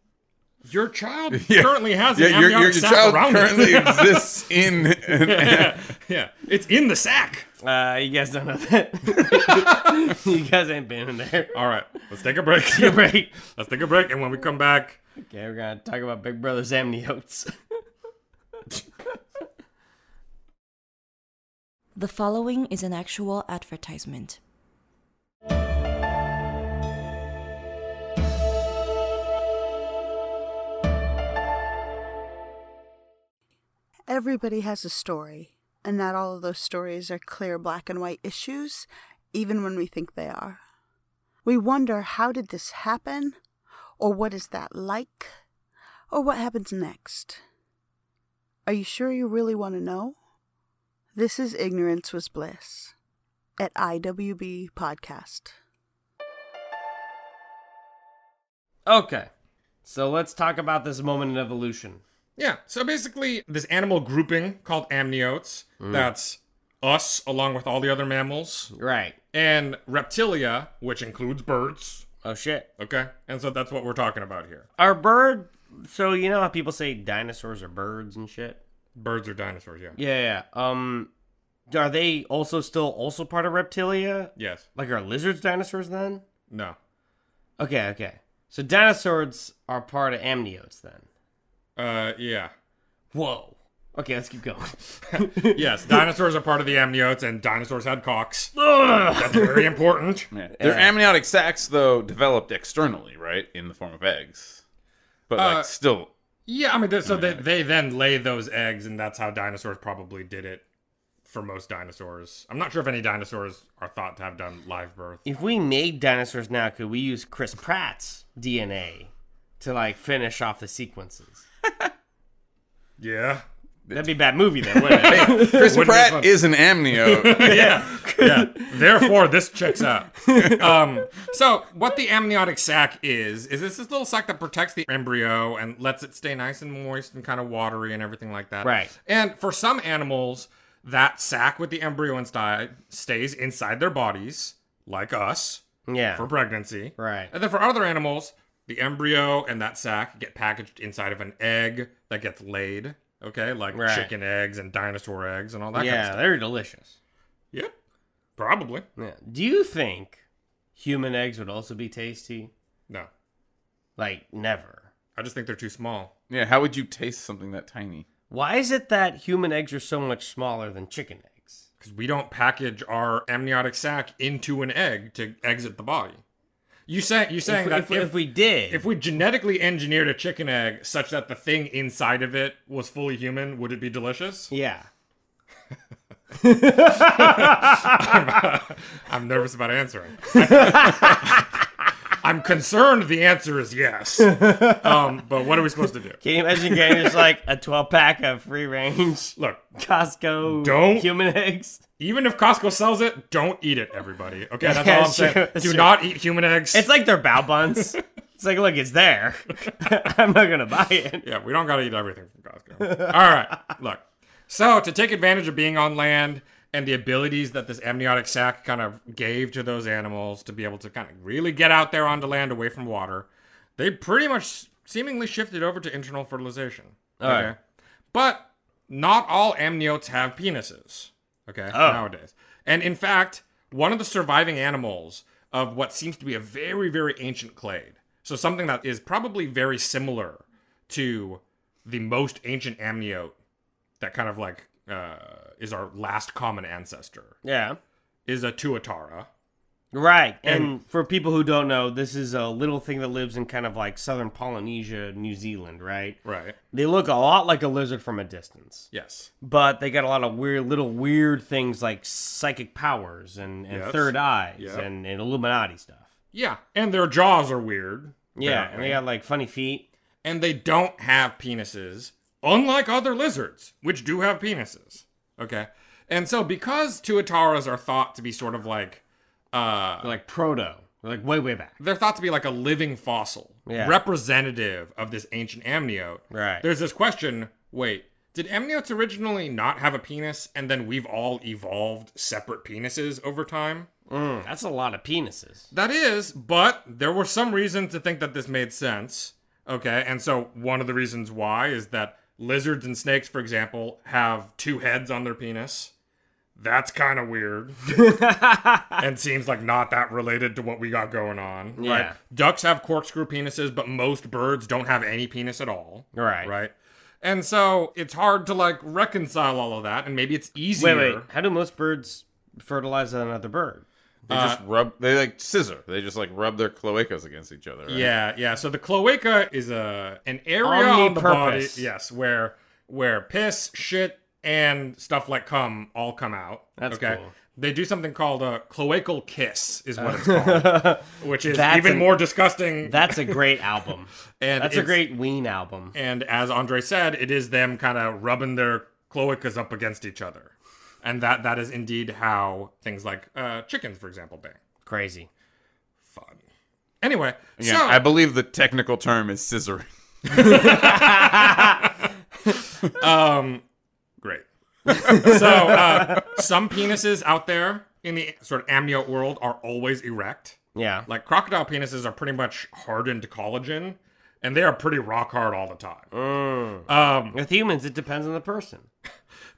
Speaker 5: your child
Speaker 6: Yeah.
Speaker 5: currently has
Speaker 6: Yeah,
Speaker 5: an
Speaker 6: your,
Speaker 5: amniotic
Speaker 6: your
Speaker 5: sac
Speaker 6: child
Speaker 5: around it.
Speaker 6: currently exists in.
Speaker 5: yeah, it's in the sack.
Speaker 4: Uh, you guys don't know that. you guys ain't been in there.
Speaker 5: All right, let's take a break.
Speaker 4: Break.
Speaker 5: Let's take a break, and when we come back,
Speaker 4: Okay, we're gonna talk about Big Brother's amniotes.
Speaker 7: The following is an actual advertisement.
Speaker 8: Everybody has a story, and not all of those stories are clear black and white issues, even when we think they are. We wonder how did this happen, or what is that like, or what happens next. Are you sure you really want to know? This is Ignorance Was Bliss at IWB Podcast.
Speaker 4: Okay, so let's talk about this moment in evolution.
Speaker 5: Yeah. So basically, this animal grouping called amniotes, that's us along with all the other mammals,
Speaker 4: Right.
Speaker 5: and reptilia, which includes birds.
Speaker 4: Oh shit.
Speaker 5: Okay. And so that's what we're talking about here.
Speaker 4: Are bird? So you know how people say dinosaurs are birds and shit.
Speaker 5: Birds are dinosaurs, yeah.
Speaker 4: Yeah. yeah, yeah. Um, are they also still also part of reptilia?
Speaker 5: Yes.
Speaker 4: Like are lizards dinosaurs then?
Speaker 5: No.
Speaker 4: Okay. Okay. So dinosaurs are part of amniotes then.
Speaker 5: Uh, yeah.
Speaker 4: Whoa. Okay, let's keep going.
Speaker 5: Yes, dinosaurs are part of the amniotes, and dinosaurs had cocks. That's very important.
Speaker 6: Their amniotic sacs, though, developed externally, right, in the form of eggs, but like
Speaker 5: Uh,
Speaker 6: still,
Speaker 5: Yeah, I mean, th- so they, they then lay those eggs, and that's how dinosaurs probably did it for most dinosaurs. I'm not sure if any dinosaurs are thought to have done live birth.
Speaker 4: if we made dinosaurs now, could we use Chris Pratt's DNA to like finish off the sequences?
Speaker 5: Yeah.
Speaker 4: That'd be a bad movie though, wouldn't it?
Speaker 6: Chris
Speaker 5: Wouldn't be
Speaker 6: Pratt
Speaker 5: fun.
Speaker 6: is an amniote.
Speaker 5: yeah, yeah. Therefore, this checks out. Um, so, what the amniotic sac is is it's this little sac that protects the embryo and lets it stay nice and moist and kind of watery and everything like that.
Speaker 4: Right.
Speaker 5: And for some animals, that sac with the embryo inside stays inside their bodies, like us,
Speaker 4: yeah.
Speaker 5: for pregnancy.
Speaker 4: Right.
Speaker 5: And then for other animals, the embryo and that sac get packaged inside of an egg that gets laid. Okay, like
Speaker 4: Right.
Speaker 5: chicken eggs and dinosaur eggs and all that kind of
Speaker 4: Yeah,
Speaker 5: stuff.
Speaker 4: they're delicious.
Speaker 5: Yep. Probably.
Speaker 4: Yeah. Do you think human eggs would also be tasty?
Speaker 5: No.
Speaker 4: Like never.
Speaker 5: I just think they're too small.
Speaker 6: yeah, how would you taste something that tiny?
Speaker 4: Why is it that human eggs are so much smaller than chicken eggs?
Speaker 5: Because we don't package our amniotic sac into an egg to exit the body. You say you saying
Speaker 4: If,
Speaker 5: that
Speaker 4: if, if we did,
Speaker 5: if we genetically engineered a chicken egg such that the thing inside of it was fully human, would it be delicious?
Speaker 4: yeah,
Speaker 5: I'm nervous about answering. I'm concerned the answer is yes. Um, but what are we supposed to do?
Speaker 4: can you imagine getting just like a twelve pack of free range
Speaker 5: Look,
Speaker 4: Costco
Speaker 5: Don't-
Speaker 4: human eggs?
Speaker 5: even if Costco sells it, don't eat it, everybody. Okay, that's
Speaker 4: Yeah,
Speaker 5: all I'm
Speaker 4: sure,
Speaker 5: saying. Do
Speaker 4: that's true.
Speaker 5: not eat human eggs.
Speaker 4: It's like their bow buns. it's like look, it's there. I'm not gonna buy it.
Speaker 5: Yeah, we don't gotta eat everything from Costco. All right, look. So to take advantage of being on land and the abilities that this amniotic sac kind of gave to those animals to be able to kind of really get out there onto land away from water, they pretty much seemingly shifted over to internal fertilization.
Speaker 4: right.
Speaker 5: But not all amniotes have penises. Okay,
Speaker 4: Oh.
Speaker 5: nowadays. And in fact, one of the surviving animals of what seems to be a very, very ancient clade, so something that is probably very similar to the most ancient amniote that kind of like uh, is our last common ancestor,
Speaker 4: Yeah.
Speaker 5: is a tuatara.
Speaker 4: Right. And, for people who don't know, this is a little thing that lives in kind of like southern Polynesia, New Zealand, right?
Speaker 5: Right.
Speaker 4: They look a lot like a lizard from a distance,
Speaker 5: Yes.
Speaker 4: but they got a lot of weird little weird things like psychic powers and, and
Speaker 5: Yes.
Speaker 4: third eyes
Speaker 5: Yep.
Speaker 4: and, and Illuminati stuff.
Speaker 5: Yeah. And their jaws are weird.
Speaker 4: Yeah. And
Speaker 5: apparently.
Speaker 4: they got like funny feet.
Speaker 5: and they don't have penises, unlike other lizards, which do have penises. Okay. And so because tuataras are thought to be sort of like uh
Speaker 4: They're like proto. They're like way, way back.
Speaker 5: they're thought to be like a living fossil,
Speaker 4: Yeah.
Speaker 5: representative of this ancient amniote.
Speaker 4: Right.
Speaker 5: There's this question, wait, did amniotes originally not have a penis and then we've all evolved separate penises over time?
Speaker 4: Mm, that's a lot of penises.
Speaker 5: That is, but there were some reason to think that this made sense. Okay, and so one of the reasons why is that lizards and snakes, for example, have two heads on their penis. That's kind of weird and seems like not that related to what we got going on. Right?
Speaker 4: Yeah.
Speaker 5: Ducks have corkscrew penises, but most birds don't have any penis at all.
Speaker 4: Right.
Speaker 5: Right. And so it's hard to like reconcile all of that, and maybe it's
Speaker 4: Wait,
Speaker 5: easier.
Speaker 4: wait. How do most birds fertilize another bird?
Speaker 6: They
Speaker 5: Uh,
Speaker 6: just rub. They like scissor. They just like rub their cloacas against each other. Right?
Speaker 5: Yeah, yeah. So the cloaca is a an area on the body,
Speaker 4: Omnipurpose.
Speaker 5: yes, where where piss, shit, and stuff like cum all come out.
Speaker 4: That's
Speaker 5: okay.
Speaker 4: cool.
Speaker 5: They do something called a cloacal kiss, is what it's called, which is
Speaker 4: That's
Speaker 5: even
Speaker 4: an-
Speaker 5: more disgusting.
Speaker 4: That's a great album.
Speaker 5: and
Speaker 4: That's a
Speaker 5: it's-
Speaker 4: great Ween album.
Speaker 5: And as Andre said, it is them kind of rubbing their cloacas up against each other, and that that is indeed how things like uh, chickens, for example, bang.
Speaker 4: Crazy.
Speaker 5: Fun. Anyway,
Speaker 6: Yeah,
Speaker 5: so
Speaker 6: I believe the technical term is scissoring.
Speaker 5: Great. so uh, some penises out there in the sort of amniote world are always erect.
Speaker 4: Yeah.
Speaker 5: Like crocodile penises are pretty much hardened collagen, and they are pretty rock hard all the time.
Speaker 4: With humans, it depends on the person.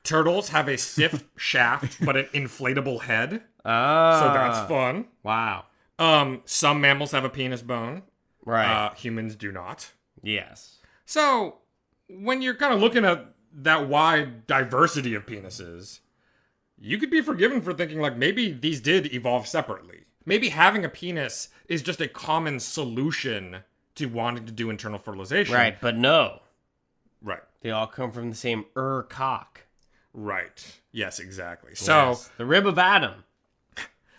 Speaker 5: Turtles have a stiff shaft but an inflatable head,
Speaker 4: Ah.
Speaker 5: so that's fun.
Speaker 4: Wow.
Speaker 5: Um, some mammals have a penis bone.
Speaker 4: Right.
Speaker 5: Uh, humans do not.
Speaker 4: yes.
Speaker 5: So, when you're kind of looking at that wide diversity of penises, you could be forgiven for thinking like maybe these did evolve separately. Maybe having a penis is just a common solution to wanting to do internal fertilization.
Speaker 4: Right, but no.
Speaker 5: Right.
Speaker 4: They all come from the same er cock.
Speaker 5: Right. Yes, exactly.
Speaker 4: Yes.
Speaker 5: So,
Speaker 4: the rib of Adam.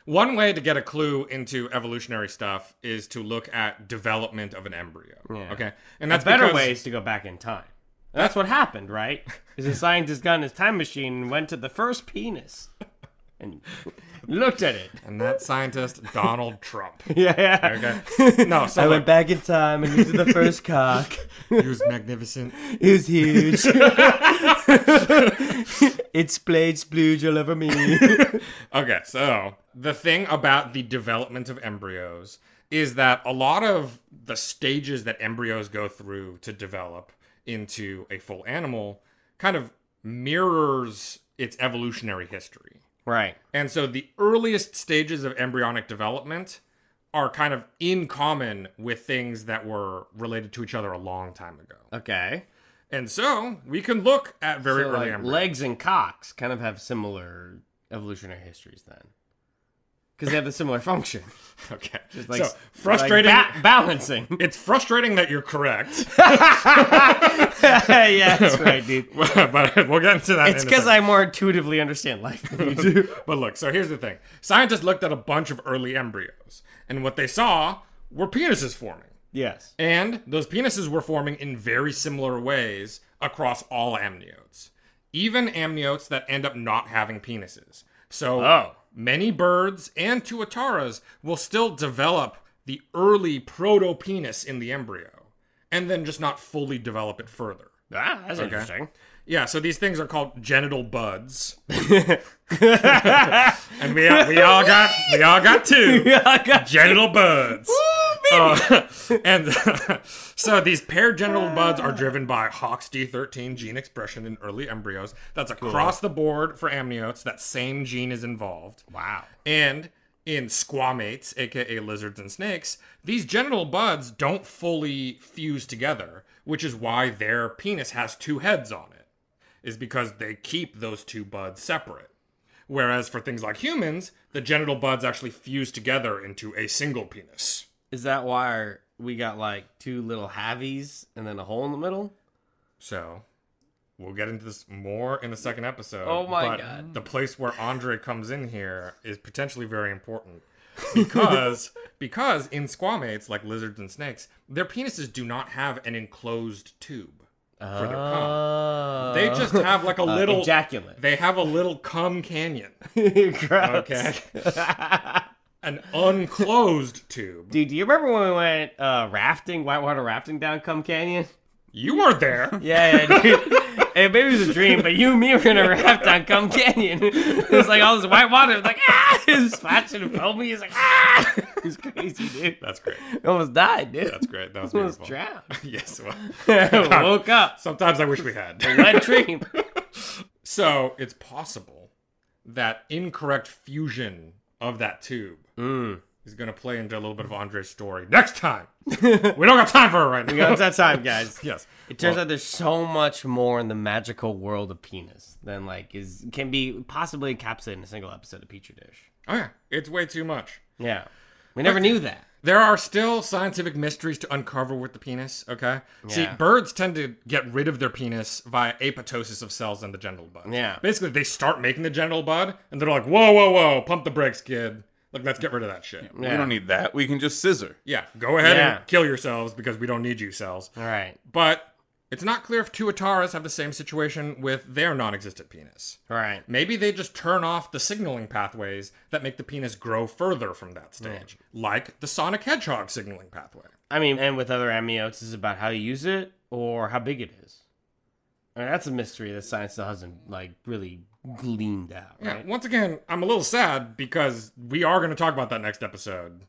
Speaker 5: one way to get a clue into evolutionary stuff is to look at development of an embryo.
Speaker 4: Yeah.
Speaker 5: Okay. And that's
Speaker 4: a better
Speaker 5: because-
Speaker 4: way is to go back in time. And that's what happened, right? Is a scientist got in his time machine and went to the first penis and looked at it.
Speaker 5: And that scientist, Donald Trump.
Speaker 4: Yeah, yeah.
Speaker 5: Okay. No, so look,
Speaker 4: back in time and used the first cock.
Speaker 5: he was magnificent.
Speaker 4: It was huge. it splayed splooge all over me.
Speaker 5: Okay, so the thing about the development of embryos is that a lot of the stages that embryos go through to develop into a full animal kind of mirrors its evolutionary history.
Speaker 4: Right.
Speaker 5: And so the earliest stages of embryonic development are kind of in common with things that were related to each other a long time ago.
Speaker 4: Okay.
Speaker 5: And so we can look at very
Speaker 4: So,
Speaker 5: early
Speaker 4: like,
Speaker 5: embryos.
Speaker 4: legs and cocks kind of have similar evolutionary histories then. Because they have a similar function.
Speaker 5: Okay. Just
Speaker 4: Like,
Speaker 5: so frustrating.
Speaker 4: like ba- balancing.
Speaker 5: it's frustrating that you're correct,
Speaker 4: yeah, that's right, dude.
Speaker 5: but we'll get into that.
Speaker 4: It's
Speaker 5: in a
Speaker 4: because
Speaker 5: second.
Speaker 4: I more intuitively understand life than you do.
Speaker 5: But look, so here's the thing. Scientists looked at a bunch of early embryos, and what they saw were penises forming.
Speaker 4: yes.
Speaker 5: And those penises were forming in very similar ways across all amniotes, even amniotes that end up not having penises. So
Speaker 4: Oh.
Speaker 5: many birds and tuataras will still develop the early proto penis in the embryo, and then just not fully develop it further.
Speaker 4: Ah, that's
Speaker 5: interesting. Yeah, so these things are called genital buds, and we we all got we all got two genital buds. Uh, and so these paired genital buds are driven by HOXD13 gene expression in early embryos. That's across the board for amniotes. That same gene is involved.
Speaker 4: Wow.
Speaker 5: And in squamates, aka lizards and snakes, these genital buds don't fully fuse together, which is why their penis has two heads on it, is because they keep those two buds separate. Whereas for things like humans, the genital buds actually fuse together into a single penis.
Speaker 4: Is that why our, we got like two little havies and then a hole in the middle?
Speaker 5: So we'll get into this more in the second episode.
Speaker 4: Oh my
Speaker 5: but
Speaker 4: God.
Speaker 5: The place where Andre comes in here is potentially very important. Because because in squamates, like lizards and snakes, their penises do not have an enclosed tube for their cum.
Speaker 4: Oh.
Speaker 5: They just have like a
Speaker 4: Uh,
Speaker 5: little
Speaker 4: ejaculate.
Speaker 5: They have a little cum canyon.
Speaker 4: Gross.
Speaker 5: Okay. an unclosed tube.
Speaker 4: Dude, do you remember when we went uh, rafting, whitewater rafting down Cum Canyon?
Speaker 5: You were there.
Speaker 4: Yeah, yeah dude. Hey, maybe it was a dream, but you and me were in a raft on Cum Canyon. It was like all this white water. It was like, ah! It was splashing and foamy. It was like, ah! It was crazy, dude.
Speaker 5: That's great.
Speaker 4: I almost died, dude.
Speaker 5: That's great. That was
Speaker 4: Almost
Speaker 5: beautiful.
Speaker 4: drowned.
Speaker 5: Yes. Well,
Speaker 4: Woke up.
Speaker 5: sometimes I wish we had.
Speaker 4: Wet dream.
Speaker 5: So it's possible that incorrect fusion of that tube
Speaker 4: Mm.
Speaker 5: is going to play into a little bit of Andre's story next time. we don't got time for it right now.
Speaker 4: Yeah, it's that time, guys.
Speaker 5: yes.
Speaker 4: It turns out there's so much more in the magical world of penis than like is can be possibly encapsulated in a single episode of Petri Dish.
Speaker 5: Oh yeah, it's way too much.
Speaker 4: Yeah, we never knew that.
Speaker 5: There are still scientific mysteries to uncover with the penis. Okay. See,
Speaker 4: Yeah.
Speaker 5: birds tend to get rid of their penis via apoptosis of cells in the genital bud.
Speaker 4: Yeah.
Speaker 5: Basically, they start making the genital bud, and they're like, "Whoa, whoa, whoa! Pump the brakes, kid. Like, let's get rid of that shit."
Speaker 6: We don't need that. We can just scissor.
Speaker 5: Yeah, go ahead
Speaker 4: Yeah.
Speaker 5: and kill yourselves because we don't need you cells.
Speaker 4: All right,
Speaker 5: But it's not clear if Tuataras have the same situation with their non existent penis.
Speaker 4: all right.
Speaker 5: Maybe they just turn off the signaling pathways that make the penis grow further from that
Speaker 4: Hmm.
Speaker 5: stage, like the Sonic Hedgehog signaling pathway.
Speaker 4: I mean, and with other amniotes, is about how you use it or how big it is. I mean, that's a mystery that science still hasn't like really gleaned out.
Speaker 5: Yeah,
Speaker 4: Right?
Speaker 5: once again, I'm a little sad because we are going to talk about that next episode.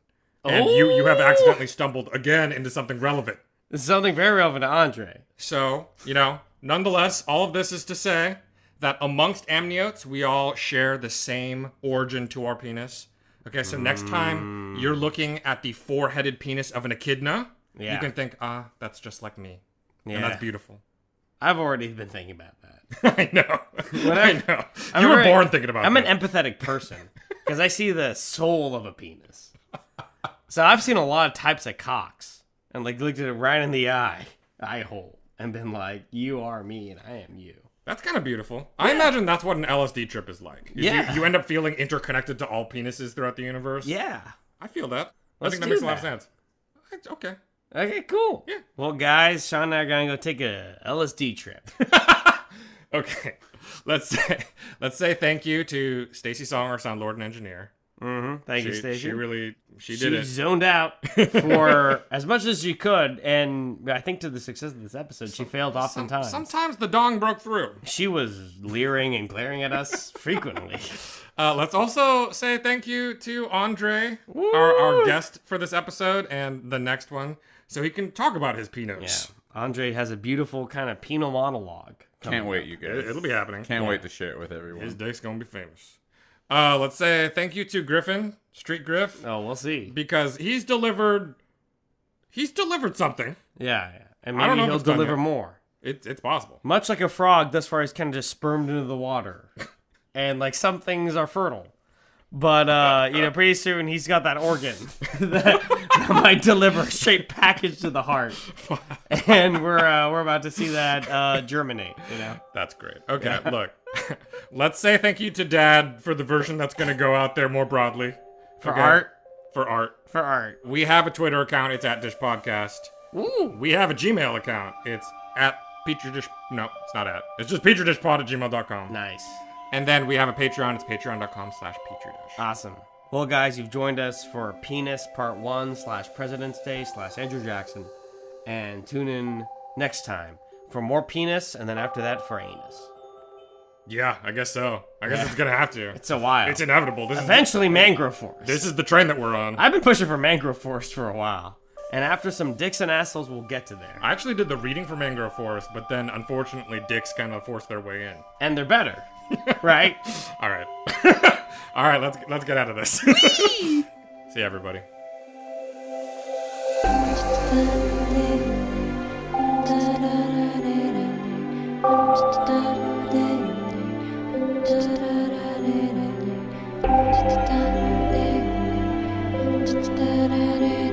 Speaker 5: And you, you have
Speaker 4: Oh!
Speaker 5: accidentally stumbled again into something relevant.
Speaker 4: This is something very relevant to Andre.
Speaker 5: So, you know, nonetheless, all of this is to say that amongst amniotes, we all share the same origin to our
Speaker 4: Mm.
Speaker 5: penis. Okay, so next time you're looking at the four headed penis of an echidna,
Speaker 4: Yeah.
Speaker 5: You can think, ah, that's just like me.
Speaker 4: Yeah.
Speaker 5: And that's beautiful.
Speaker 4: I've already been thinking about that.
Speaker 5: I know. I know.
Speaker 4: I
Speaker 5: you were
Speaker 4: remember-
Speaker 5: born thinking about
Speaker 4: I'm
Speaker 5: that.
Speaker 4: an empathetic person because I see the soul of a penis. So I've seen a lot of types of cocks and like looked at it right in the eye, eye hole, and been like, "You are me, and I am you."
Speaker 5: That's kind of beautiful. I imagine that's what an LSD trip is like. is
Speaker 4: Yeah.
Speaker 5: You, you end up feeling interconnected to all penises throughout the universe.
Speaker 4: Yeah.
Speaker 5: I feel that.
Speaker 4: Let's
Speaker 5: I think that
Speaker 4: do
Speaker 5: makes a lot of
Speaker 4: that.
Speaker 5: sense. It's okay.
Speaker 4: Okay. Cool.
Speaker 5: Yeah.
Speaker 4: Well, guys, Sean and I are gonna go take a LSD trip.
Speaker 5: Okay. Let's say let's say thank you to Stacy Song, our sound lord and engineer.
Speaker 4: Mm-hmm. Thank you,
Speaker 5: She-
Speaker 4: Stacey.
Speaker 5: She really she
Speaker 4: she
Speaker 5: did it.
Speaker 4: zoned out for as much as she could, and I think to the success of this episode, she failed
Speaker 5: Some-
Speaker 4: oftentimes.
Speaker 5: sometimes the dong broke through.
Speaker 4: She was leering and glaring at us frequently.
Speaker 5: Uh, let's also say thank you to Andre, our, our guest for this episode and the next one, so he can talk about his
Speaker 4: Yeah.
Speaker 5: peanuts.
Speaker 4: Andre has a beautiful kind of penal monologue.
Speaker 6: Can't wait, you
Speaker 5: It,
Speaker 6: guys.
Speaker 5: will be happening.
Speaker 6: Can't wait to share it with everyone.
Speaker 5: His dick's gonna be famous. Uh, let's say thank you to Griffin, Street Griff,
Speaker 4: Oh, we'll see.
Speaker 5: because he's delivered. He's delivered something.
Speaker 4: Yeah, yeah. And
Speaker 5: I
Speaker 4: maybe
Speaker 5: don't know if
Speaker 4: he'll
Speaker 5: it's done
Speaker 4: deliver
Speaker 5: yet.
Speaker 4: more.
Speaker 5: It's it's possible.
Speaker 4: Much like a frog, thus far he's kind of just spermed into the water. and like some things are fertile. But uh, you know, pretty soon he's got that organ that, that might deliver a straight package to the heart. And we're uh, we're about to see that uh, germinate, you know.
Speaker 5: That's great. Okay, look. let's say thank you to Dad for the version that's gonna go out there more broadly.
Speaker 4: For
Speaker 5: Okay.
Speaker 4: art.
Speaker 5: For art.
Speaker 4: For art.
Speaker 5: We have a Twitter account. It's at Dish Podcast. Ooh. We have a Gmail account. It's at Petri Dish. No, it's not at. It's just PetriDishPod at gmail.com.
Speaker 4: Nice.
Speaker 5: And then we have a Patreon. It's patreon.com slash Petri Dish.
Speaker 4: Awesome. Well, guys, you've joined us for Penis Part 1 slash President's Day slash Andrew Jackson. And tune in next time for more penis and then after that for anus.
Speaker 5: Yeah, I guess so. I guess it's going to have to.
Speaker 4: It's a while.
Speaker 5: It's inevitable. This is,
Speaker 4: Eventually, Mangrove Forest.
Speaker 5: this is the train that we're on. I
Speaker 4: I've been pushing for Mangrove Forest for a while. And after some dicks and assholes, we'll get to there.
Speaker 5: actually did the reading for Mangrove Forest, but then unfortunately, dicks kind of forced their way in.
Speaker 4: And they're better, right?
Speaker 5: All right. All right, let's, let's get out of this. See everybody.
Speaker 9: Da-da-da-da-da.